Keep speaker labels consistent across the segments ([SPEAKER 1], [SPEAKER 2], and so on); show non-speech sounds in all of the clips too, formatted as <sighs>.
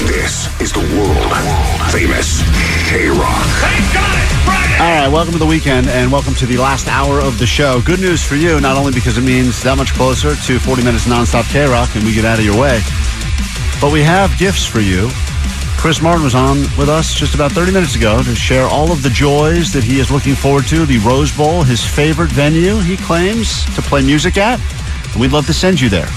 [SPEAKER 1] This is the world famous K Rock.
[SPEAKER 2] All right, welcome to the weekend and welcome to the last hour of the show. Good news for you, not only because it means that much closer to 40 minutes nonstop K Rock and we get out of your way, but we have gifts for you. Chris Martin was on with us just about 30 minutes ago to share all of the joys that he is looking forward to. The Rose Bowl, his favorite venue, he claims to play music at. And we'd love to send you there.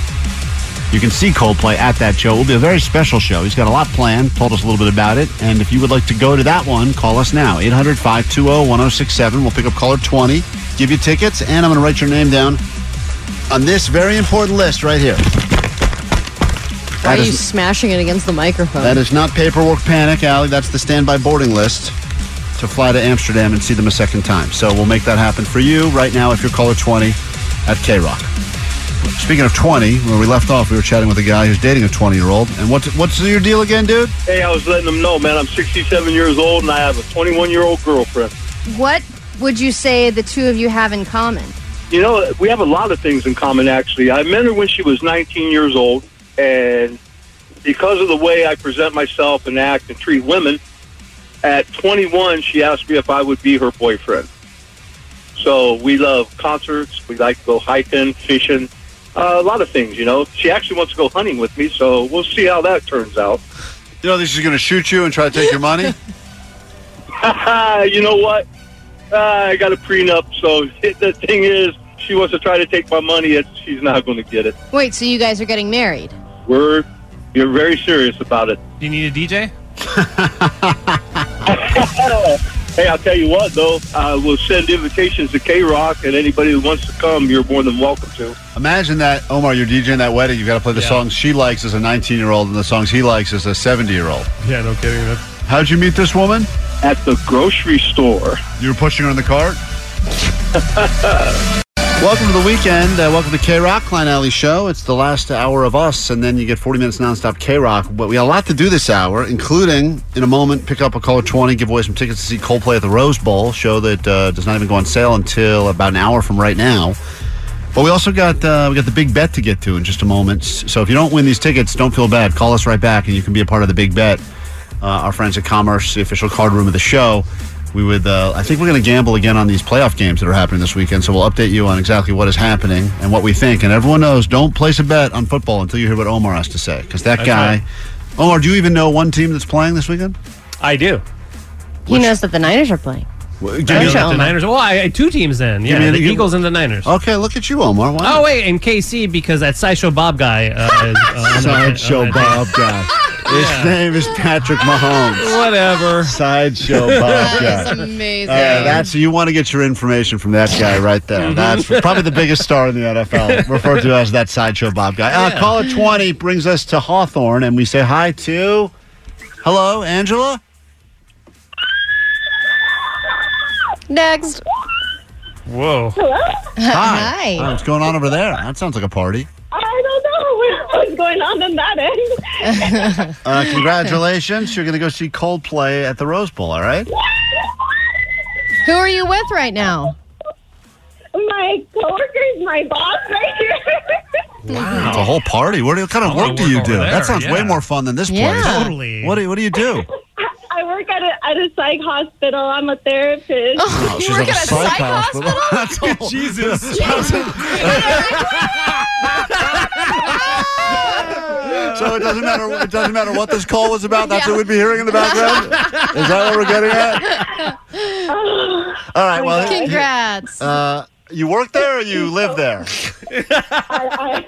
[SPEAKER 2] You can see Coldplay at that show. It will be a very special show. He's got a lot planned, told us a little bit about it. And if you would like to go to that one, call us now 800 520 1067. We'll pick up caller 20, give you tickets, and I'm going to write your name down on this very important list right here. That
[SPEAKER 3] Why are you
[SPEAKER 2] is-
[SPEAKER 3] smashing it against the microphone?
[SPEAKER 2] that is not paperwork panic, Allie. That's the standby boarding list to fly to Amsterdam and see them a second time. So we'll make that happen for you right now if you're caller 20 at K Rock. Speaking of 20, where we left off, we were chatting with a guy who's dating a 20 year old. And what's, what's your deal again, dude?
[SPEAKER 4] Hey, I was letting them know, man, I'm 67 years old and I have a 21 year old girlfriend.
[SPEAKER 3] what would you say the two of you have in common?
[SPEAKER 4] You know, we have a lot of things in common, actually. I met her when she was 19 years old, and because of the way I present myself and act and treat women, at 21, she asked me if I would be her boyfriend. So we love concerts, we like to go hiking, fishing, uh, a lot of things, you know. She actually wants to go hunting with me, so we'll see how that turns out.
[SPEAKER 2] You know, this is going to shoot you and try to take your money.
[SPEAKER 4] <laughs> you know what? Uh, I got a prenup, so <laughs> the thing is, she wants to try to take my money, and she's not going to get it.
[SPEAKER 3] Wait, so you guys are getting married?
[SPEAKER 4] We're you're very serious about it.
[SPEAKER 5] Do you need a DJ?
[SPEAKER 4] Hey, I'll tell you what, though, I will send invitations to K Rock, and anybody who wants to come, you're more than welcome to.
[SPEAKER 2] Imagine that, Omar, you're DJing that wedding. You've got to play the
[SPEAKER 5] Yeah.
[SPEAKER 2] songs she likes as a 19 year old and the songs he likes as a 70 year old.
[SPEAKER 5] Yeah, no kidding. That's
[SPEAKER 2] How'd you meet this woman?
[SPEAKER 4] At the grocery store.
[SPEAKER 2] You were pushing her in the cart? welcome to the weekend. Uh, welcome to K Rock Klein Alley Show. It's the last hour of us, and then you get 40 minutes nonstop K Rock. But we got a lot to do this hour, including in a moment, pick up a caller 20, give away some tickets to see Coldplay at the Rose Bowl, show that uh, does not even go on sale until about an hour from right now. But we also got uh, we got the big bet to get to in just a moment. S- So if you don't win these tickets, don't feel bad. Call us right back, and you can be a part of the big bet. Uh, our friends at Commerce, the official card room of the show, we would. Uh, I think we're going to gamble again on these playoff games that are happening this weekend. So we'll update you on exactly what is happening and what we think. And everyone knows, don't place a bet on football until you hear what Omar has to say, because that
[SPEAKER 5] That's
[SPEAKER 2] guy.
[SPEAKER 5] right.
[SPEAKER 2] Omar, do you even know one team that's playing this weekend?
[SPEAKER 5] I do.
[SPEAKER 3] He knows that the Niners are playing.
[SPEAKER 2] Well, give
[SPEAKER 5] I
[SPEAKER 2] me-
[SPEAKER 5] know that
[SPEAKER 3] Omar.
[SPEAKER 5] the Niners. Well, I, I two teams then. Yeah,
[SPEAKER 2] me
[SPEAKER 5] the
[SPEAKER 2] the-
[SPEAKER 5] Eagles and the Niners. Oh,
[SPEAKER 2] okay, look at you, Omar. Wow.
[SPEAKER 5] wait, and KC because that sideshow Bob guy. Uh, is, uh, on the- on
[SPEAKER 2] Sideshow
[SPEAKER 5] the-
[SPEAKER 2] Bob
[SPEAKER 5] <laughs>
[SPEAKER 2] guy. His name is Patrick Mahomes.
[SPEAKER 5] Whatever. <laughs>
[SPEAKER 2] Sideshow Bob guy.
[SPEAKER 3] amazing.
[SPEAKER 2] All right, that's you want to get your information from that guy right there.
[SPEAKER 5] Mm-hmm. <laughs>
[SPEAKER 2] That's probably the biggest star in the NFL, referred to as that sideshow Bob guy. Uh,
[SPEAKER 5] Yeah.
[SPEAKER 2] caller twenty brings us to Hawthorne, and we say hi to, hello, Angela.
[SPEAKER 3] Next.
[SPEAKER 5] Whoa.
[SPEAKER 2] Hi.
[SPEAKER 3] Hi.
[SPEAKER 2] Wow, what's going on over there? That sounds like a party.
[SPEAKER 6] I don't know what's going on in that end.
[SPEAKER 3] <laughs>
[SPEAKER 2] Uh, congratulations, you're going to go see Coldplay at the Rose Bowl. All right.
[SPEAKER 3] Who are you with right now?
[SPEAKER 6] My coworker's my boss right here.
[SPEAKER 2] It's a whole party. What, do- what kind of
[SPEAKER 5] I wanna
[SPEAKER 2] work do
[SPEAKER 5] work
[SPEAKER 2] you
[SPEAKER 5] over
[SPEAKER 2] do?
[SPEAKER 5] there,
[SPEAKER 2] that sounds way
[SPEAKER 5] yeah.
[SPEAKER 2] more fun than this
[SPEAKER 3] Yeah.
[SPEAKER 2] place.
[SPEAKER 5] Totally.
[SPEAKER 2] What do you, what do you do?
[SPEAKER 6] I work at a at a psych hospital. I'm a therapist.
[SPEAKER 2] Oh, she's
[SPEAKER 3] work
[SPEAKER 2] like a
[SPEAKER 3] at a
[SPEAKER 2] psych
[SPEAKER 3] psych
[SPEAKER 2] hospital. <laughs> Oh, That's
[SPEAKER 3] <laughs>
[SPEAKER 2] all.
[SPEAKER 5] Jesus.
[SPEAKER 2] So it doesn't matter. It doesn't matter what this call was about. That's what we'd be hearing in the background. Is that what we're getting at?
[SPEAKER 3] <laughs>
[SPEAKER 2] All right. Well,
[SPEAKER 3] Congrats.
[SPEAKER 2] uh, you work there or you live there?
[SPEAKER 6] <laughs>
[SPEAKER 2] <laughs>
[SPEAKER 6] I,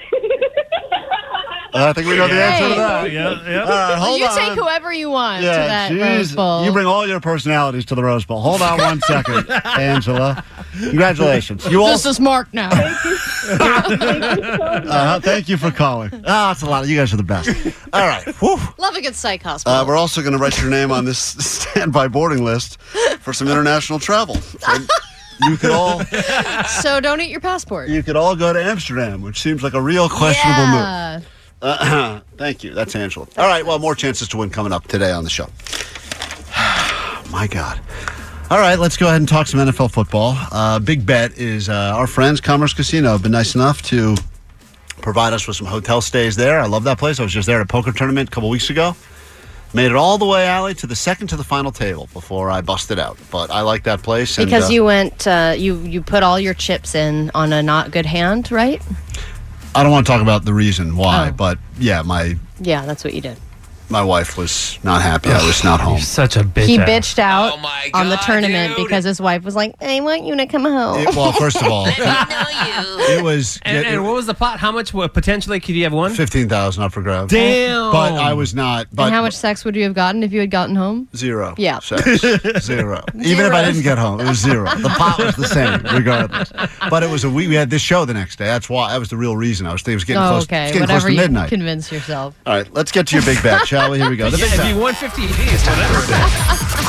[SPEAKER 2] Uh, I think we know the answer to
[SPEAKER 7] yeah,
[SPEAKER 2] that. All
[SPEAKER 5] Uh,
[SPEAKER 7] yeah.
[SPEAKER 2] right, hold
[SPEAKER 3] you
[SPEAKER 2] on.
[SPEAKER 3] take whoever you want to that
[SPEAKER 2] jeez.
[SPEAKER 3] Rose Bowl.
[SPEAKER 2] You bring all your personalities to the Rose Bowl. Hold on one
[SPEAKER 3] <laughs>
[SPEAKER 2] second, Angela. Congratulations. You all.
[SPEAKER 3] this is Mark now.
[SPEAKER 2] <laughs> Uh, thank you for calling. Ah, that's a lot. You guys are the best. All right. Whew.
[SPEAKER 3] Love a good psych hospital.
[SPEAKER 2] Uh, we're also going to write your name on this <laughs> standby boarding list for some international travel. And you could all
[SPEAKER 3] so don't eat your passport.
[SPEAKER 2] Uh, you could all go to Amsterdam, which seems like a real questionable
[SPEAKER 3] yeah.
[SPEAKER 2] move. Thank you. That's Angela. All right. Well, more chances to win coming up today on the show. <sighs> My God. All right, let's go ahead and talk some NFL football. Uh, big bet is uh, our friends Commerce Casino have been nice enough to provide us with some hotel stays there. I love that place. I was just there at a poker tournament a couple weeks ago. Made it all the way, Allie, to the second to the final table before I busted out. But I like that place. and,
[SPEAKER 8] Because
[SPEAKER 2] uh,
[SPEAKER 8] you went, uh, you you put all your chips in on a not good hand, right?
[SPEAKER 2] I don't want to talk about the reason why,
[SPEAKER 8] Oh.
[SPEAKER 2] but yeah, my
[SPEAKER 8] Yeah, that's what you did.
[SPEAKER 2] my wife was not happy. I was not home.
[SPEAKER 7] You're such a bitch.
[SPEAKER 8] He
[SPEAKER 7] Al.
[SPEAKER 8] bitched out
[SPEAKER 9] Oh my
[SPEAKER 8] on the
[SPEAKER 9] God,
[SPEAKER 8] tournament
[SPEAKER 9] dude.
[SPEAKER 8] because his wife was like, "I want you to come home." <laughs>
[SPEAKER 2] It- well, first of all,
[SPEAKER 9] know you.
[SPEAKER 2] it was
[SPEAKER 7] And, and what was the pot? How much uh, potentially could you have won?
[SPEAKER 2] fifteen thousand up for grabs.
[SPEAKER 7] Damn.
[SPEAKER 2] But I was not. But
[SPEAKER 8] and how much sex would you have gotten if you had gotten home?
[SPEAKER 2] Zero.
[SPEAKER 8] Yeah.
[SPEAKER 2] Sex. Zero.
[SPEAKER 8] <laughs>
[SPEAKER 2] Even if I didn't get home, it was zero. The pot was the same, regardless. But it was a we, we had this show the next day. That's why that was the real reason. I was, it was getting
[SPEAKER 8] Oh,
[SPEAKER 2] close.
[SPEAKER 8] okay.
[SPEAKER 2] It's getting
[SPEAKER 8] Whatever
[SPEAKER 2] close
[SPEAKER 8] you
[SPEAKER 2] to midnight.
[SPEAKER 8] convince yourself.
[SPEAKER 2] All right, let's get to your big bet, shall we? Here
[SPEAKER 7] <laughs>
[SPEAKER 2] we go. The
[SPEAKER 7] Yeah,
[SPEAKER 2] big
[SPEAKER 7] if
[SPEAKER 2] bet.
[SPEAKER 7] you won 50
[SPEAKER 5] E
[SPEAKER 7] EVs, whatever.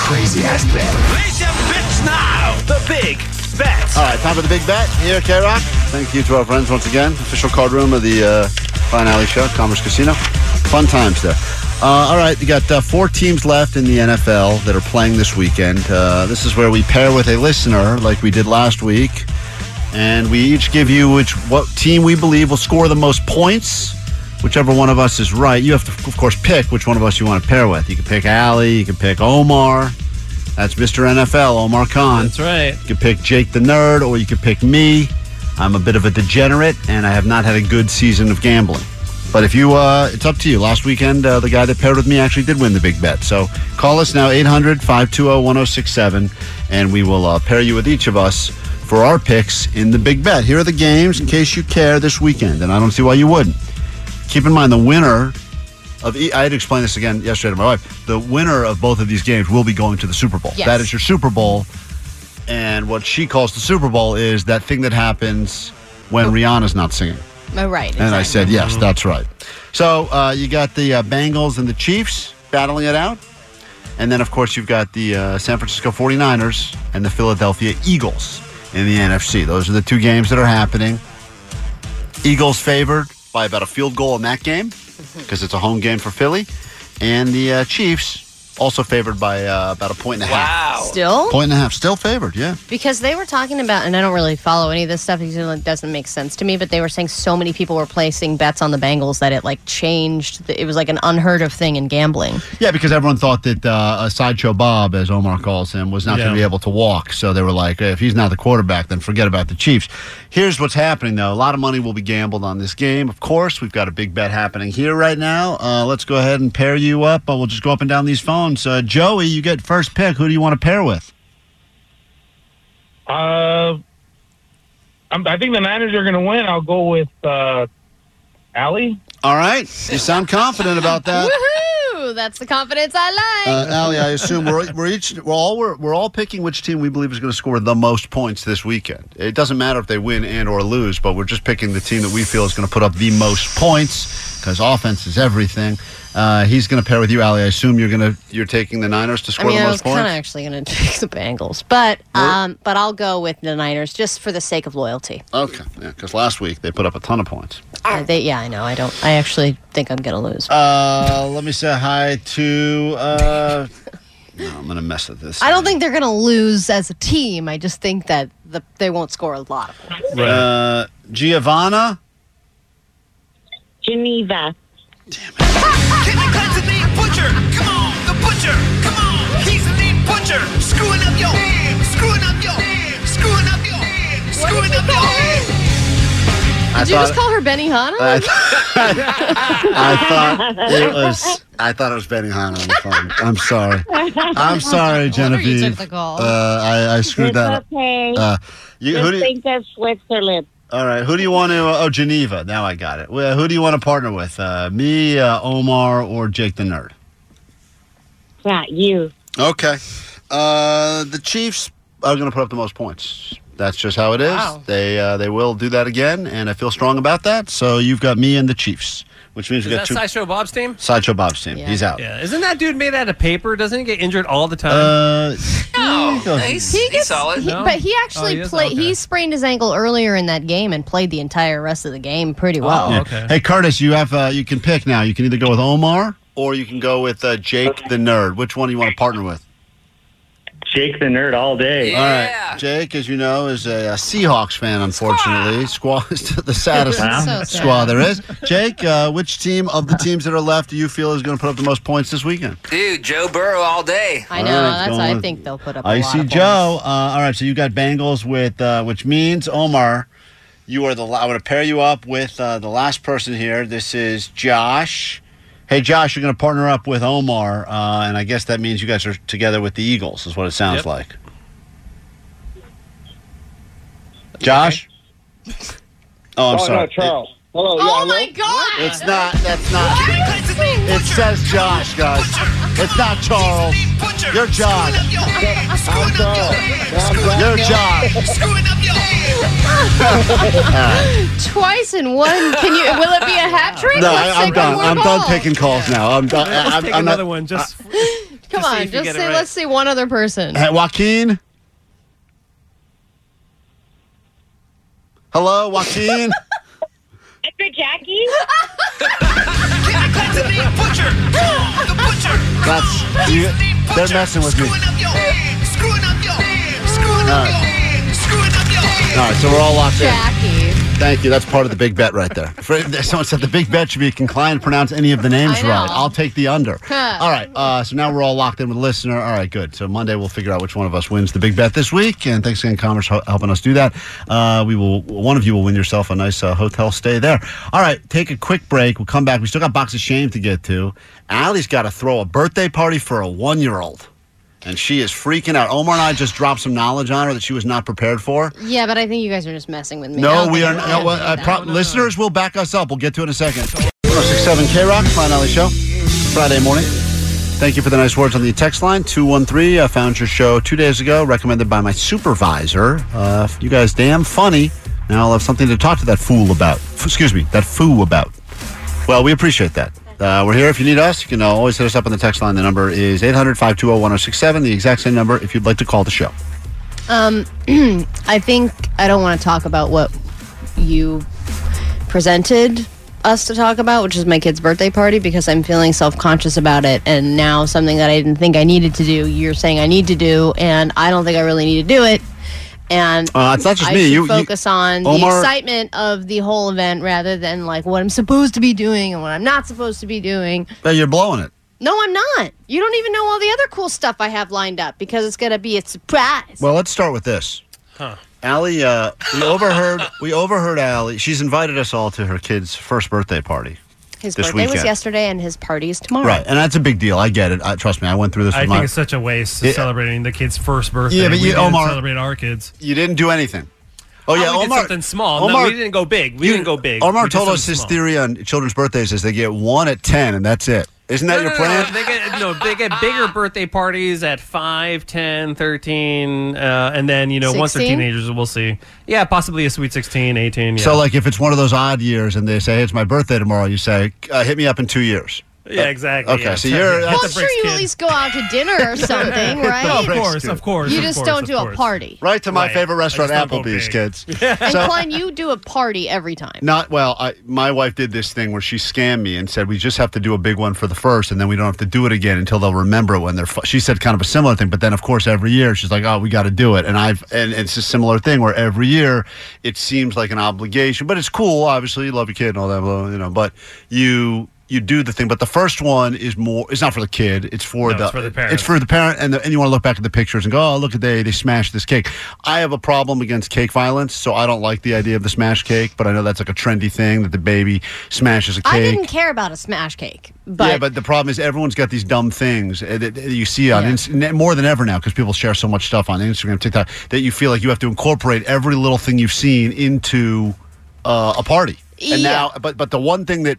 [SPEAKER 1] Crazy ass bet.
[SPEAKER 9] Place your bets now. The big bet.
[SPEAKER 2] All right, time for the big bet here, K Rock. Thank you to our friends once again. Official card room of the uh, Fine Alley Show, Commerce Casino. Fun times there. Uh, all right, you got uh, four teams left in the NFL that are playing this weekend. Uh, this is where we pair with a listener, like we did last week, and we each give you which what team we believe will score the most points. Whichever one of us is right, you have to, of course, pick which one of us you want to pair with. You can pick Alley, you can pick Omar. That's Mr. NFL, Omar Khan.
[SPEAKER 7] That's right.
[SPEAKER 2] You could pick Jake the Nerd, or you could pick me. I'm a bit of a degenerate, and I have not had a good season of gambling. But if you, uh, it's up to you. Last weekend, uh, the guy that paired with me actually did win the big bet. So call us now, 800 520 1067, and we will uh, pair you with each of us for our picks in the big bet. Here are the games in case you care this weekend, and I don't see why you wouldn't. Keep in mind, the winner of, e- I had to explain this again yesterday to my wife. The winner of both of these games will be going to the Super Bowl.
[SPEAKER 3] Yes.
[SPEAKER 2] That is your Super Bowl. And what she calls the Super Bowl is that thing that happens when Rihanna's not singing.
[SPEAKER 3] Oh, right.
[SPEAKER 2] And I
[SPEAKER 3] exactly.
[SPEAKER 2] said, yes, that's right. So uh, you got the uh, Bengals and the Chiefs battling it out. And then, of course, you've got the uh, San Francisco 49ers and the Philadelphia Eagles in the NFC. Those are the two games that are happening. Eagles favored by about a field goal in that game because it's a home game for Philly. And the uh, Chiefs also favored by uh, about a point and a half.
[SPEAKER 9] Wow.
[SPEAKER 8] Still,
[SPEAKER 2] Point and a half, still favored, yeah.
[SPEAKER 8] because they were talking about, and I don't really follow any of this stuff because it doesn't make sense to me. But they were saying so many people were placing bets on the Bengals that it like changed. The, it was like an unheard of thing in gambling.
[SPEAKER 2] Yeah, because everyone thought that uh, a sideshow Bob, as Omar calls him, was not
[SPEAKER 7] Yeah.
[SPEAKER 2] going to be able to walk. So they were like, if he's not the quarterback, then forget about the Chiefs. Here's what's happening, though. A lot of money will be gambled on this game. Of course, we've got a big bet happening here right now. Uh, let's go ahead and pair you up. Uh, we'll just go up and down these phones. Uh, Joey, you get first pick. Who do you want to pair with?
[SPEAKER 10] Uh, I'm, I think the Niners are going to win. I'll go with uh, Allie.
[SPEAKER 2] All right. You sound confident about that.
[SPEAKER 3] <laughs> Woohoo! That's the confidence I like.
[SPEAKER 2] Uh, Allie, I assume we're, we're each we're all we're, we're all picking which team we believe is going to score the most points this weekend. It doesn't matter if they win and or lose, but we're just picking the team that we feel is going to put up the most points because offense is everything. Uh, he's going to pair with you, Allie. I assume you're going to you're taking the Niners to
[SPEAKER 8] I
[SPEAKER 2] score
[SPEAKER 8] mean,
[SPEAKER 2] the
[SPEAKER 8] I was
[SPEAKER 2] most
[SPEAKER 8] kind of
[SPEAKER 2] points.
[SPEAKER 8] actually going to <laughs> take the Bengals, but um, but I'll go with the Niners just for the sake of loyalty.
[SPEAKER 2] Okay, because last week they put up a ton of points.
[SPEAKER 8] Uh, they, yeah, I know. I don't. I actually think I'm going to lose.
[SPEAKER 2] Uh, let me say hi to. Uh, <laughs> no, I'm going to mess with this.
[SPEAKER 8] I don't think they're going to lose as a team. I just think that the, they won't score a lot. Of points.
[SPEAKER 7] Right.
[SPEAKER 2] Uh, Giovanna.
[SPEAKER 6] Geneva.
[SPEAKER 9] Can you cut the name Butcher? Come on, the Butcher. Come on, he's the name Butcher. Screwing up your name. Screwing up your name. Screwing up your name. Screwing up your name.
[SPEAKER 2] I
[SPEAKER 3] Did you just call her Benihana?
[SPEAKER 2] I, <laughs> I thought it was. I thought it was Benihana on the phone. I'm sorry. I'm sorry,
[SPEAKER 3] wonder you
[SPEAKER 2] Genevieve.
[SPEAKER 3] took the call.
[SPEAKER 2] Uh, I, I screwed
[SPEAKER 6] It's
[SPEAKER 2] that up.
[SPEAKER 6] okay.
[SPEAKER 2] Uh, you, who
[SPEAKER 6] Just
[SPEAKER 2] do you,
[SPEAKER 6] think that's Switzerland.
[SPEAKER 2] all right. Who do you want to? Oh, Geneva. Now I got it. Well, who do you want to partner with? Uh, me, uh, Omar, or Jake the Nerd?
[SPEAKER 6] It's not you.
[SPEAKER 2] Okay. Uh, the Chiefs are going to put up the most points. That's just how it is.
[SPEAKER 3] Wow.
[SPEAKER 2] They uh, they will do that again, and I feel strong about that. So you've got me and the Chiefs, which means
[SPEAKER 5] Is
[SPEAKER 2] we got
[SPEAKER 5] that
[SPEAKER 2] two.
[SPEAKER 5] Sideshow Bob's team?
[SPEAKER 2] Sideshow Bob's team.
[SPEAKER 3] Yeah.
[SPEAKER 2] He's out.
[SPEAKER 5] Yeah. Isn't that dude made out of paper? Doesn't he get injured all the time?
[SPEAKER 2] Uh,
[SPEAKER 5] No.
[SPEAKER 2] go-
[SPEAKER 5] He's,
[SPEAKER 3] He
[SPEAKER 5] he's
[SPEAKER 3] gets-
[SPEAKER 5] solid.
[SPEAKER 3] he-
[SPEAKER 5] no?
[SPEAKER 3] But he
[SPEAKER 5] Oh, he
[SPEAKER 3] actually
[SPEAKER 5] is?
[SPEAKER 3] played.
[SPEAKER 5] Okay.
[SPEAKER 3] He sprained his ankle earlier in that game and played the entire rest of the game pretty well.
[SPEAKER 2] Oh, yeah.
[SPEAKER 5] okay.
[SPEAKER 2] Hey Curtis, you have uh, you can pick now. You can either go with Omar or you can go with uh, Jake the Nerd. Which one do you want to partner with?
[SPEAKER 10] Jake the nerd all day.
[SPEAKER 2] All
[SPEAKER 5] Yeah.
[SPEAKER 2] right, Jake, as you know, is a, uh Seahawks fan. Unfortunately, squaw <laughs> is the saddest
[SPEAKER 3] Wow. So sad.
[SPEAKER 2] squaw there is. Jake, uh, which team of the teams that are left do you feel is going to put up the most points this weekend?
[SPEAKER 9] Dude, Joe Burrow all day.
[SPEAKER 3] I
[SPEAKER 2] All
[SPEAKER 3] know.
[SPEAKER 2] right,
[SPEAKER 3] that's.
[SPEAKER 2] going
[SPEAKER 3] I
[SPEAKER 2] with-
[SPEAKER 3] think they'll put up. a
[SPEAKER 2] I
[SPEAKER 3] lot
[SPEAKER 2] see,
[SPEAKER 3] of
[SPEAKER 2] Joe. Uh, all right, so you got Bengals with, uh, which means Omar, you are the. la- I'm going to pair you up with uh, the last person here. This is Josh. Hey, Josh, you're going to partner up with Omar, uh, and I guess that means you guys are together with the Eagles, is what it sounds
[SPEAKER 5] Yep.
[SPEAKER 2] like. Josh. Oh, I'm
[SPEAKER 10] oh
[SPEAKER 2] sorry.
[SPEAKER 10] no, Charles. Hello.
[SPEAKER 3] points.
[SPEAKER 10] yeah,
[SPEAKER 3] Oh
[SPEAKER 10] hello?
[SPEAKER 3] my
[SPEAKER 2] It-
[SPEAKER 3] God!
[SPEAKER 2] it's not. That's not. It says Josh, guys. It's not Charles. You're Josh. You're Josh.
[SPEAKER 3] Twice in one. Can you? Will it be a hat trick?
[SPEAKER 2] No,
[SPEAKER 3] Let's
[SPEAKER 2] I, I'm
[SPEAKER 3] take
[SPEAKER 2] done.
[SPEAKER 3] one
[SPEAKER 2] I'm
[SPEAKER 3] more
[SPEAKER 2] done
[SPEAKER 3] call.
[SPEAKER 2] taking calls now. I'm done. I-
[SPEAKER 5] Let's
[SPEAKER 2] I'm,
[SPEAKER 5] take
[SPEAKER 2] I'm
[SPEAKER 5] another
[SPEAKER 2] not.
[SPEAKER 5] one. Just
[SPEAKER 3] Come
[SPEAKER 5] see
[SPEAKER 3] on,
[SPEAKER 5] if you
[SPEAKER 3] just
[SPEAKER 5] get it
[SPEAKER 3] say.
[SPEAKER 5] right.
[SPEAKER 3] Let's say one other person.
[SPEAKER 2] Hey, Joaquin. Hello, Joaquin.
[SPEAKER 6] After Jackie?
[SPEAKER 2] That's you, they're messing with me. All right, so we're all locked in.
[SPEAKER 3] Jackie.
[SPEAKER 2] Thank you. That's part of the big bet right there. For- Someone said the big bet should be can client pronounce any of the names
[SPEAKER 3] I know.
[SPEAKER 2] right? I'll take the under.
[SPEAKER 3] Huh.
[SPEAKER 2] all right. Uh, so now we're all locked in with listener. All right, good. So Monday we'll figure out which one of us wins the big bet this week. And thanks again, Commerce, for helping us do that. Uh, we will. One of you will win yourself a nice uh, hotel stay there. All right, take a quick break. We'll come back. We still got box of shame to get to. Allie's got to throw a birthday party for a one-year-old. And she is freaking out. Omar and I just dropped some knowledge on her that she was not prepared for.
[SPEAKER 3] Yeah, but I think you guys are just messing with me. I
[SPEAKER 2] No,
[SPEAKER 3] don't
[SPEAKER 2] we
[SPEAKER 3] think
[SPEAKER 2] are
[SPEAKER 3] I'm
[SPEAKER 2] not.
[SPEAKER 3] gonna
[SPEAKER 2] well,
[SPEAKER 3] do
[SPEAKER 2] uh,
[SPEAKER 3] that.
[SPEAKER 2] pro- listeners will back us up. We'll get to it in a second. 1067 K Rock, Fine Alley Show, Friday morning. Thank you for the nice words on the text line. 213, I found your show two days ago, recommended by my supervisor. Uh, you guys, damn funny. Now I'll have something to talk to that fool about. F- excuse me, that foo about. Well, we appreciate that. Uh, we're here if you need us. You can uh, always hit us up on the text line. The number is 800 520 1067, the exact same number if you'd like to call the show.
[SPEAKER 3] I think I don't want to talk about what you presented us to talk about, which is my kid's birthday party, because I'm feeling self conscious about it. And now something that I didn't think I needed to do, you're saying I need to do, and I don't think I really need to do it. And
[SPEAKER 2] Uh, it's not just
[SPEAKER 3] I
[SPEAKER 2] me.
[SPEAKER 3] should
[SPEAKER 2] You- you-
[SPEAKER 3] focus on
[SPEAKER 2] Omar-
[SPEAKER 3] the excitement of the whole event rather than like what I'm supposed to be doing and what I'm not supposed to be doing.
[SPEAKER 2] But you're blowing it.
[SPEAKER 3] No, I'm not. You don't even know all the other cool stuff I have lined up because it's gonna be a surprise.
[SPEAKER 2] Well, let's start with this. Allie, uh, we overheard we overheard Allie. She's invited us all to her kid's first birthday party.
[SPEAKER 3] His
[SPEAKER 2] this
[SPEAKER 3] birthday was
[SPEAKER 2] weekend.
[SPEAKER 3] yesterday, and his party is tomorrow.
[SPEAKER 2] Right, and that's a big deal. I get it. I, trust me, I went through this.
[SPEAKER 5] I
[SPEAKER 2] With
[SPEAKER 5] think
[SPEAKER 2] my,
[SPEAKER 5] it's such a waste
[SPEAKER 2] Yeah.
[SPEAKER 5] celebrating the kid's first birthday.
[SPEAKER 2] Yeah, but
[SPEAKER 5] we
[SPEAKER 2] you-
[SPEAKER 5] didn't
[SPEAKER 2] Omar-
[SPEAKER 5] celebrate our kids.
[SPEAKER 2] you didn't do anything. Oh yeah,
[SPEAKER 5] we did
[SPEAKER 2] Omar.
[SPEAKER 5] something small. No, we didn't go big. We
[SPEAKER 2] you-
[SPEAKER 5] didn't go big.
[SPEAKER 2] Omar
[SPEAKER 5] We did
[SPEAKER 2] told us
[SPEAKER 5] something
[SPEAKER 2] his
[SPEAKER 5] small.
[SPEAKER 2] theory on children's birthdays is they get one at ten, and that's it. Isn't that
[SPEAKER 5] No,
[SPEAKER 2] your
[SPEAKER 5] no, no,
[SPEAKER 2] plan?
[SPEAKER 5] no, They get no, they get bigger birthday parties at 5, 10, 13, uh, and then you know once they're
[SPEAKER 3] 16?
[SPEAKER 5] teenagers, we'll see. Yeah, possibly a sweet 16, 18. Yeah.
[SPEAKER 2] So like, if it's one of those odd years, and they say hey, it's my birthday tomorrow, you say uh, hit me up in two years.
[SPEAKER 5] yeah, exactly.
[SPEAKER 2] okay,
[SPEAKER 5] yeah.
[SPEAKER 2] so you're-
[SPEAKER 5] Hit
[SPEAKER 3] Well,
[SPEAKER 5] the
[SPEAKER 3] I'm sure
[SPEAKER 5] bricks,
[SPEAKER 3] you
[SPEAKER 5] kid.
[SPEAKER 3] at least go out to dinner
[SPEAKER 5] <laughs>
[SPEAKER 3] or something,
[SPEAKER 5] No, of
[SPEAKER 3] right?
[SPEAKER 5] course, of course.
[SPEAKER 3] You
[SPEAKER 5] of
[SPEAKER 3] just
[SPEAKER 5] course,
[SPEAKER 3] don't
[SPEAKER 5] of
[SPEAKER 3] do a
[SPEAKER 5] course.
[SPEAKER 3] party.
[SPEAKER 2] Right to my
[SPEAKER 5] Right.
[SPEAKER 2] favorite restaurant,
[SPEAKER 5] I just don't go
[SPEAKER 2] Applebee's,
[SPEAKER 5] big. <laughs>
[SPEAKER 2] kids.
[SPEAKER 3] And
[SPEAKER 2] So-
[SPEAKER 3] Klein, you do a party every time.
[SPEAKER 2] Not well. I, my wife did this thing where she scammed me and said we just have to do a big one for the first, and then we don't have to do it again until they'll remember it when they're. Fu-. She said kind of a similar thing, but then of course every year she's like, "Oh, we got to do it," and I've and it's a similar thing where every year it seems like an obligation, but it's cool. Obviously, you love your kid and all that, blah, blah, you know. But you you do the thing, but the first one is more. It's not for the kid. It's for
[SPEAKER 11] No,
[SPEAKER 2] the
[SPEAKER 11] it's for the parent.
[SPEAKER 2] It's for the parent, and, the, and you want to look back at the pictures and go, "Oh, look at they they smashed this cake." I have a problem against cake violence, so I don't like the idea of the smash cake. But I know that's like a trendy thing that the baby smashes a cake.
[SPEAKER 3] I didn't care about a smash cake, but
[SPEAKER 2] yeah, but the problem is everyone's got these dumb things uh, that that you see on Inst- ne- more than ever now because people share so much stuff on Instagram, TikTok that you feel like you have to incorporate every little thing you've seen into uh, a party. And
[SPEAKER 12] Yeah.
[SPEAKER 2] now, but but the one thing that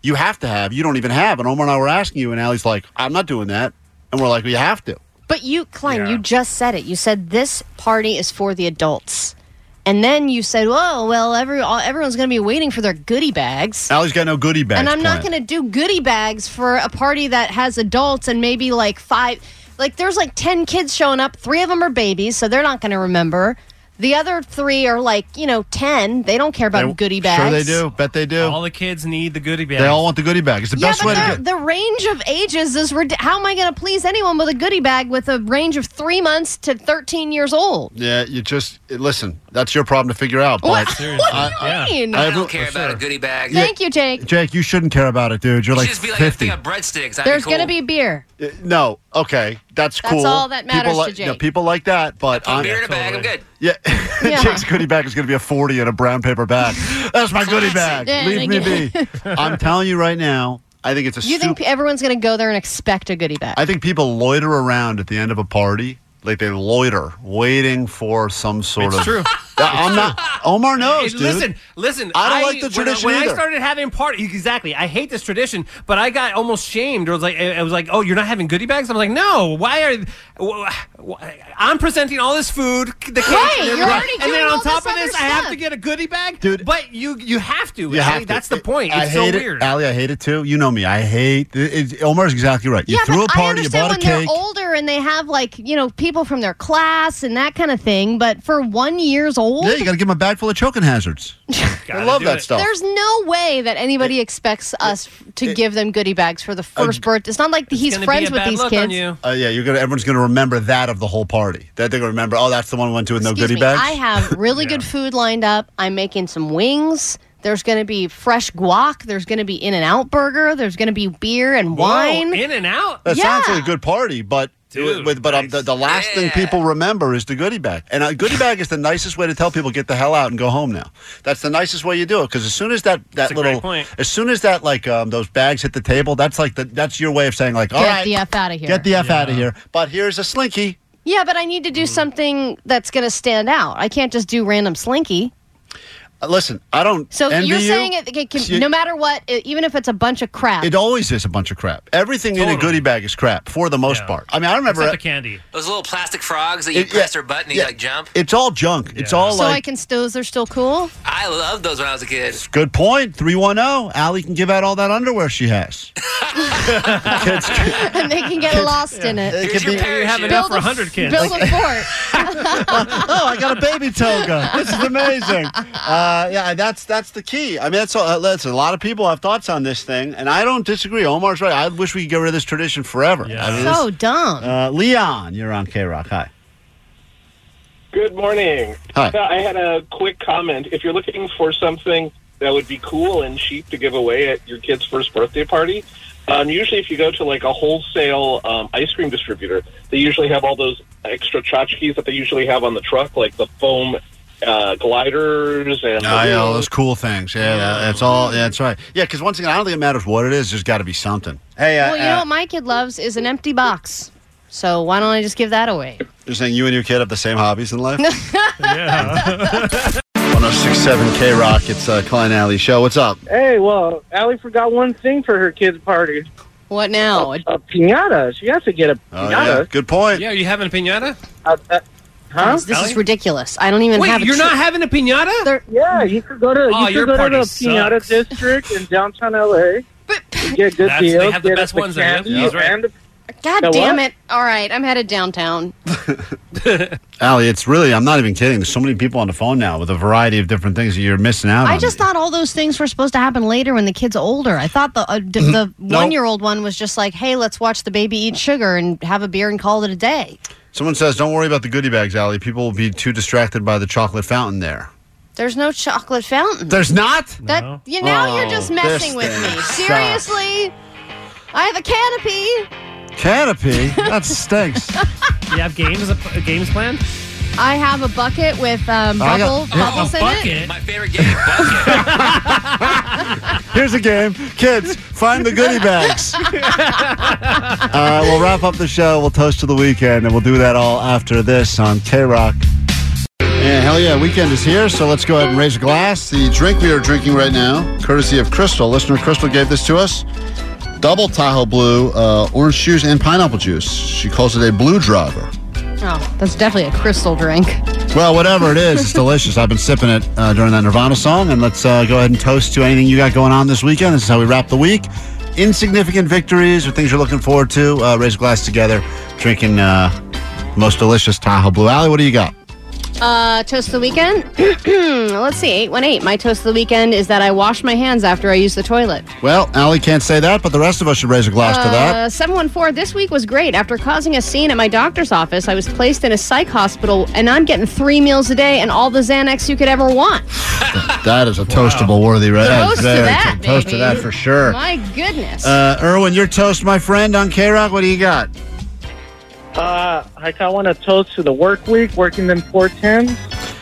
[SPEAKER 2] you have to have, you don't even have. And Omar and I were asking you, and Allie's like, "I'm not doing that," and we're like, "We have to."
[SPEAKER 3] But you, Klein, you just said it. You said this party is for the adults, and then you said, "Whoa, well, every all, everyone's going to be waiting for their goodie bags."
[SPEAKER 2] Allie's got no goodie bags.
[SPEAKER 3] and I'm not going to do goodie bags for a party that has adults and maybe like five, like there's like 10 kids showing up. Three of them are babies, so they're not going to remember. The other three are like, you know, 10. They don't care about goodie bags.
[SPEAKER 2] Sure, they do. Bet they do.
[SPEAKER 5] All the kids need the goodie bag.
[SPEAKER 2] They all want the goodie bag. It's the
[SPEAKER 3] Yeah,
[SPEAKER 2] best way
[SPEAKER 3] but
[SPEAKER 2] to
[SPEAKER 3] they're-
[SPEAKER 2] get.
[SPEAKER 3] the range of ages is rid- how am I going to please anyone with a goodie bag with a range of three months to 13 years old?
[SPEAKER 2] Yeah, you just listen. That's your problem to figure out.
[SPEAKER 3] What-
[SPEAKER 2] but-
[SPEAKER 3] <laughs> what
[SPEAKER 2] Uh,
[SPEAKER 3] do you mean? I don't care
[SPEAKER 2] for
[SPEAKER 3] about a
[SPEAKER 2] sure.
[SPEAKER 13] goodie bag.
[SPEAKER 3] Thank you, Jake.
[SPEAKER 2] Jake, you shouldn't care about it, dude. You're like
[SPEAKER 13] just be like
[SPEAKER 2] fifty.
[SPEAKER 13] a thing of breadsticks. I'd
[SPEAKER 3] There's
[SPEAKER 13] be cool.
[SPEAKER 3] going to be beer.
[SPEAKER 2] Uh, No, okay, that's
[SPEAKER 3] That's
[SPEAKER 2] cool.
[SPEAKER 3] all that matters
[SPEAKER 2] people
[SPEAKER 3] to
[SPEAKER 2] you know,
[SPEAKER 3] Jake.
[SPEAKER 2] people like that, but
[SPEAKER 13] Put
[SPEAKER 2] I'm,
[SPEAKER 13] beer in a bag. I'm good.
[SPEAKER 2] yeah, <laughs> Jake's goodie bag is going to be a forty in a brown paper bag. That's my goodie bag.
[SPEAKER 3] Yeah,
[SPEAKER 2] Leave me
[SPEAKER 3] like- <laughs>
[SPEAKER 2] be. I'm telling you right now, I think it's a.
[SPEAKER 3] You think
[SPEAKER 2] stup-
[SPEAKER 3] everyone's going to go there and expect a goodie bag?
[SPEAKER 2] I think people loiter around at the end of a party, like they loiter, waiting for some sort
[SPEAKER 5] It's
[SPEAKER 2] of. <laughs>
[SPEAKER 5] true.
[SPEAKER 2] I'm not. Omar knows,
[SPEAKER 5] Hey,
[SPEAKER 2] dude.
[SPEAKER 5] Listen, listen.
[SPEAKER 2] I don't like the tradition
[SPEAKER 5] When, I- when
[SPEAKER 2] either.
[SPEAKER 5] I started having parties, exactly. I hate this tradition, but I got almost shamed. It was like, it was like, oh, you're not having goodie bags. I'm like, no. Why are? wh- wh- I'm presenting all this food, the cake,
[SPEAKER 9] Right,
[SPEAKER 5] and, everything,
[SPEAKER 9] you're already
[SPEAKER 5] and
[SPEAKER 9] doing
[SPEAKER 5] then on
[SPEAKER 9] all
[SPEAKER 5] top
[SPEAKER 9] this
[SPEAKER 5] of this,
[SPEAKER 9] other
[SPEAKER 5] I have
[SPEAKER 9] stuff.
[SPEAKER 5] to get a goodie bag, dude. But you, you have to.
[SPEAKER 2] You
[SPEAKER 5] I-
[SPEAKER 2] have to.
[SPEAKER 5] That's the point.
[SPEAKER 2] I
[SPEAKER 5] it's
[SPEAKER 2] hate
[SPEAKER 5] so
[SPEAKER 2] it,
[SPEAKER 5] weird.
[SPEAKER 2] Ali. I hate it too. You know me. I hate. It, it- Omar's exactly right. You
[SPEAKER 3] yeah,
[SPEAKER 2] threw
[SPEAKER 3] but
[SPEAKER 2] a
[SPEAKER 3] I
[SPEAKER 2] party, you
[SPEAKER 3] understand
[SPEAKER 2] bought a
[SPEAKER 3] when
[SPEAKER 2] cake.
[SPEAKER 3] they're older and they have like you know people from their class and that kind of thing. But for one years old,
[SPEAKER 2] Yeah, you got to give him a bag full of choking
[SPEAKER 3] <laughs>
[SPEAKER 2] hazards. I love that stuff.
[SPEAKER 3] There's no way that anybody expects us f- to give them goodie bags for the first birthday. It's not like he's
[SPEAKER 5] gonna be
[SPEAKER 3] friends
[SPEAKER 5] a
[SPEAKER 3] with
[SPEAKER 5] bad
[SPEAKER 3] these
[SPEAKER 5] look on
[SPEAKER 3] kids.
[SPEAKER 5] you.
[SPEAKER 2] Uh, yeah, you're gonna. Everyone's gonna remember that of the whole party. That they're gonna remember. Oh, that's the one we went to with no
[SPEAKER 3] Excuse
[SPEAKER 2] goodie
[SPEAKER 3] me,
[SPEAKER 2] bags.
[SPEAKER 3] I have really good food lined up. I'm making some wings. There's going to be fresh guac. There's going to be In and Out burger. There's going to be beer and wine.
[SPEAKER 5] In and out.
[SPEAKER 2] That
[SPEAKER 3] yeah.
[SPEAKER 2] sounds like a good party, but with, but um, the, the last thing people remember is the goodie bag, and a goodie bag is the nicest way to tell people get the hell out and go home now. That's the nicest way you do it because as soon as that that
[SPEAKER 5] a great
[SPEAKER 2] little
[SPEAKER 5] point.
[SPEAKER 2] as soon as that like um, those bags hit the table, that's like the that's your way of saying like all
[SPEAKER 3] Get
[SPEAKER 2] right,
[SPEAKER 3] the f out of here.
[SPEAKER 2] get the f out of here. But here's a slinky.
[SPEAKER 3] Yeah, but I need to do
[SPEAKER 5] Mm-hmm.
[SPEAKER 3] something that's going to stand out. I can't just do random slinky.
[SPEAKER 2] Uh, listen, I don't.
[SPEAKER 3] So
[SPEAKER 2] envy
[SPEAKER 3] you're
[SPEAKER 2] you.
[SPEAKER 3] saying it, it can,
[SPEAKER 2] See-
[SPEAKER 3] no matter what, i- even if it's a bunch of crap.
[SPEAKER 2] It always is a bunch of crap. Everything in a goodie bag is crap for the most part. I mean, I remember
[SPEAKER 13] Except the
[SPEAKER 5] candy.
[SPEAKER 13] Those little plastic frogs that you
[SPEAKER 2] It- yeah,
[SPEAKER 13] press their button and
[SPEAKER 2] yeah.
[SPEAKER 13] you like jump.
[SPEAKER 2] It's all junk. It's all
[SPEAKER 3] so I
[SPEAKER 2] like
[SPEAKER 3] can still, they're still cool. <laughs>
[SPEAKER 13] I loved those when I was a kid.
[SPEAKER 2] good point. Three one zero. Allie can give out all that underwear she has. Kids-
[SPEAKER 3] and they can get lost in it.
[SPEAKER 2] It could be-
[SPEAKER 5] You have
[SPEAKER 3] Build
[SPEAKER 5] enough for
[SPEAKER 3] a-
[SPEAKER 5] 100 kids.
[SPEAKER 3] Build a fort.
[SPEAKER 2] oh, I got a baby toga. This is amazing. Uh, yeah, that's that's the key. I mean, that's, all, uh, that's a lot of people have thoughts on this thing, and I don't disagree. Omar's right. I wish we could get rid of this tradition forever. I mean,
[SPEAKER 3] So
[SPEAKER 2] this-
[SPEAKER 3] dumb.
[SPEAKER 2] uh, Leon, you're on K Rock. Hi.
[SPEAKER 14] Good morning.
[SPEAKER 2] Hi.
[SPEAKER 14] I had a quick comment. If you're looking for something that would be cool and cheap to give away at your kid's first birthday party, um, usually if you go to like a wholesale um, ice cream distributor, they usually have all those extra tchotchkes that they usually have on the truck, like the foam uh, gliders and
[SPEAKER 2] Oh, yeah, all those cool things. Yeah, that- that's all. Yeah, that's right. Yeah, because once again, I don't think it matters what it is. There's got to be something. Hey, uh,
[SPEAKER 3] well, you know
[SPEAKER 2] uh,
[SPEAKER 3] what my kid loves is an empty box. So why don't I just give that away?
[SPEAKER 2] you're saying you and your kid have the same hobbies in
[SPEAKER 3] <laughs>
[SPEAKER 2] life? <laughs> 1067 K Rock. It's uh, Klein Alley Show. What's up?
[SPEAKER 15] Hey, well, Allie forgot one thing for her kid's party.
[SPEAKER 3] What now?
[SPEAKER 15] A, a pinata. She has to get a pinata.
[SPEAKER 2] Oh, yeah. Good point.
[SPEAKER 5] Yeah, you having a pinata?
[SPEAKER 15] Uh, uh, huh?
[SPEAKER 3] Guys, this is ridiculous. I don't even
[SPEAKER 5] Wait,
[SPEAKER 3] have. A
[SPEAKER 5] you're not
[SPEAKER 3] tree.
[SPEAKER 5] having a pinata?
[SPEAKER 15] yeah, you could go to
[SPEAKER 5] Oh,
[SPEAKER 15] you
[SPEAKER 5] your
[SPEAKER 15] could go
[SPEAKER 5] party
[SPEAKER 15] to the pinata
[SPEAKER 5] sucks.
[SPEAKER 15] district in
[SPEAKER 5] <laughs>
[SPEAKER 15] downtown LA. You get good
[SPEAKER 5] That's- they
[SPEAKER 15] deals.
[SPEAKER 5] have the
[SPEAKER 15] get
[SPEAKER 5] best
[SPEAKER 15] the
[SPEAKER 5] ones there.
[SPEAKER 15] candy
[SPEAKER 5] Yeah, he's right.
[SPEAKER 15] and the-
[SPEAKER 3] God
[SPEAKER 15] The
[SPEAKER 3] damn
[SPEAKER 15] what?
[SPEAKER 3] it! All right, I'm headed downtown.
[SPEAKER 2] Allie, it's really, I'm not even kidding. There's so many people on the phone now with a variety of different things that you're missing out on.
[SPEAKER 3] I just thought all those things were supposed to happen later when the kid's older. I thought the uh, d- the
[SPEAKER 2] No.
[SPEAKER 3] one year old one was just like, hey, let's watch the baby eat sugar and have a beer and call it a day.
[SPEAKER 2] Someone says, don't worry about the goodie bags, Allie. People will be too distracted by the chocolate fountain there.
[SPEAKER 3] There's no chocolate fountain.
[SPEAKER 2] There's not?
[SPEAKER 3] That you now
[SPEAKER 2] Oh,
[SPEAKER 3] you're just
[SPEAKER 2] this
[SPEAKER 3] messing with
[SPEAKER 2] thing
[SPEAKER 3] me.
[SPEAKER 2] sucks.
[SPEAKER 3] Seriously, I have a canopy.
[SPEAKER 2] Canopy? That
[SPEAKER 3] <laughs>
[SPEAKER 2] stinks.
[SPEAKER 7] you have games games planned?
[SPEAKER 3] I have a bucket with um,
[SPEAKER 2] I
[SPEAKER 3] bubble
[SPEAKER 2] got-
[SPEAKER 7] Oh,
[SPEAKER 2] yeah.
[SPEAKER 3] bubbles
[SPEAKER 2] A
[SPEAKER 3] in
[SPEAKER 2] bucket?
[SPEAKER 3] it.
[SPEAKER 2] Here's a game. Kids, find the goodie bags. All right, we'll wrap up the show. We'll toast to the weekend, and we'll do that all after this on K Rock. And hell yeah, weekend is here, so let's go ahead and raise a glass. The drink we are drinking right now, courtesy of Crystal. Listener Crystal gave this to us double Tahoe Blue, uh, orange juice, and pineapple juice. She calls it a blue driver.
[SPEAKER 3] Oh, that's definitely a crystal drink.
[SPEAKER 2] Well, whatever it is, it's delicious. I've been sipping it uh, during that Nirvana song, and let's uh, go ahead and toast to anything you got going on this weekend. This is how we wrap the week. Insignificant victories or things you're looking forward to. Uh, raise a glass together, drinking uh, the most delicious Tahoe Blue Alley. What do you got?
[SPEAKER 3] Uh, toast of the weekend. <clears throat> Let's see, eight one eight. My toast of the weekend is that I wash my hands after I use the toilet.
[SPEAKER 2] Well, Allie can't say that, but the rest of us should raise a glass to
[SPEAKER 3] <laughs>
[SPEAKER 2] that.
[SPEAKER 3] Uh, 714, this week was great. After causing a scene at my doctor's office, I was placed in a psych hospital, and I'm getting three meals a day and all the Xanax you could ever want.
[SPEAKER 2] That is a toastable worthy, right?
[SPEAKER 3] Toast to
[SPEAKER 2] Very
[SPEAKER 3] that,
[SPEAKER 2] good. Toast to
[SPEAKER 3] baby.
[SPEAKER 2] that for sure.
[SPEAKER 3] My goodness.
[SPEAKER 2] Uh, Erwin, your toast, my friend, on K Rock. What do you got?
[SPEAKER 15] Uh, I kind of want to toast to the work week, working them 410s.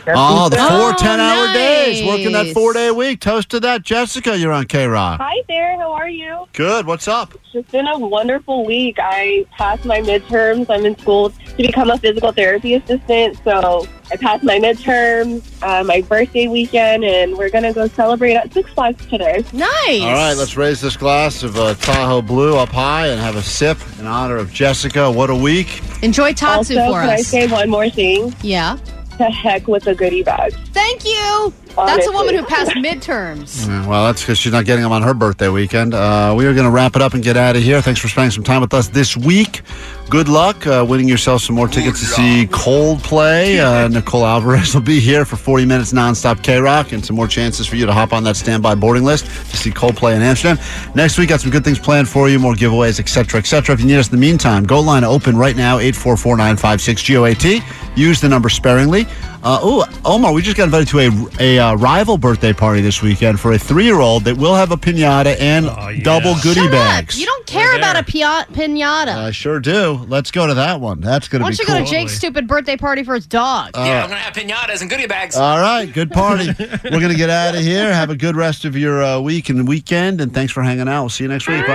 [SPEAKER 2] Oh, the four 10 hour days, working that
[SPEAKER 15] nice.
[SPEAKER 2] four day week. Toast to that. Jessica, you're on K Rock.
[SPEAKER 6] Hi there, how are you?
[SPEAKER 2] Good. What's up?
[SPEAKER 6] It's just been a wonderful week. I passed my midterms. I'm in school to become a physical therapy assistant, so I passed my midterms, uh, my birthday weekend, and we're gonna go celebrate at Six Flags today.
[SPEAKER 3] Nice.
[SPEAKER 2] All right, let's raise this glass of uh, Tahoe Blue up high and have a sip in honor of Jessica. What a week.
[SPEAKER 3] Enjoy Tatsu
[SPEAKER 6] also,
[SPEAKER 3] for
[SPEAKER 6] can I
[SPEAKER 3] us.
[SPEAKER 6] say one more thing?
[SPEAKER 3] Yeah.
[SPEAKER 6] To heck with the goodie bag.
[SPEAKER 3] Thank you. That's a woman who passed midterms.
[SPEAKER 2] Yeah, Mm, well, that's because she's not getting them on her birthday weekend. Uh, we are going to wrap it up and get out of here. Thanks for spending some time with us this week. Good luck uh, winning yourself some more tickets to see
[SPEAKER 3] <laughs>
[SPEAKER 2] Coldplay. Uh, Nicole Alvarez will be here for 40 minutes nonstop K Rock and some more chances for you to hop on that standby boarding list to see Coldplay in Amsterdam. Next week, got some good things planned for you, more giveaways, etc., etc. If you need us in the meantime, go line open right now, 844-956-GOAT. Use the number sparingly. Uh, oh, Omar, we just got invited to a, a uh, rival birthday party this weekend for a three-year-old that will have a pinata and double goodie
[SPEAKER 3] Shut
[SPEAKER 2] bags.
[SPEAKER 3] up. You don't care about a pia- pinata.
[SPEAKER 2] I sure do. Let's go to that one. That's going
[SPEAKER 3] Why
[SPEAKER 2] to be
[SPEAKER 3] don't you
[SPEAKER 2] cool.
[SPEAKER 3] go to Jake's stupid birthday party for his dog?
[SPEAKER 2] All Yeah, right. I'm
[SPEAKER 13] gonna have pinatas and goodie bags.
[SPEAKER 2] All right, good party. We're going to get out of here. Have a good rest of your uh, week and weekend, and thanks for hanging out. We'll see you next week. Bye.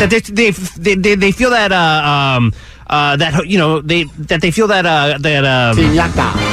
[SPEAKER 7] that they they they, they, they feel that uh, um uh that you know they that they feel that uh that um,
[SPEAKER 2] Piñata.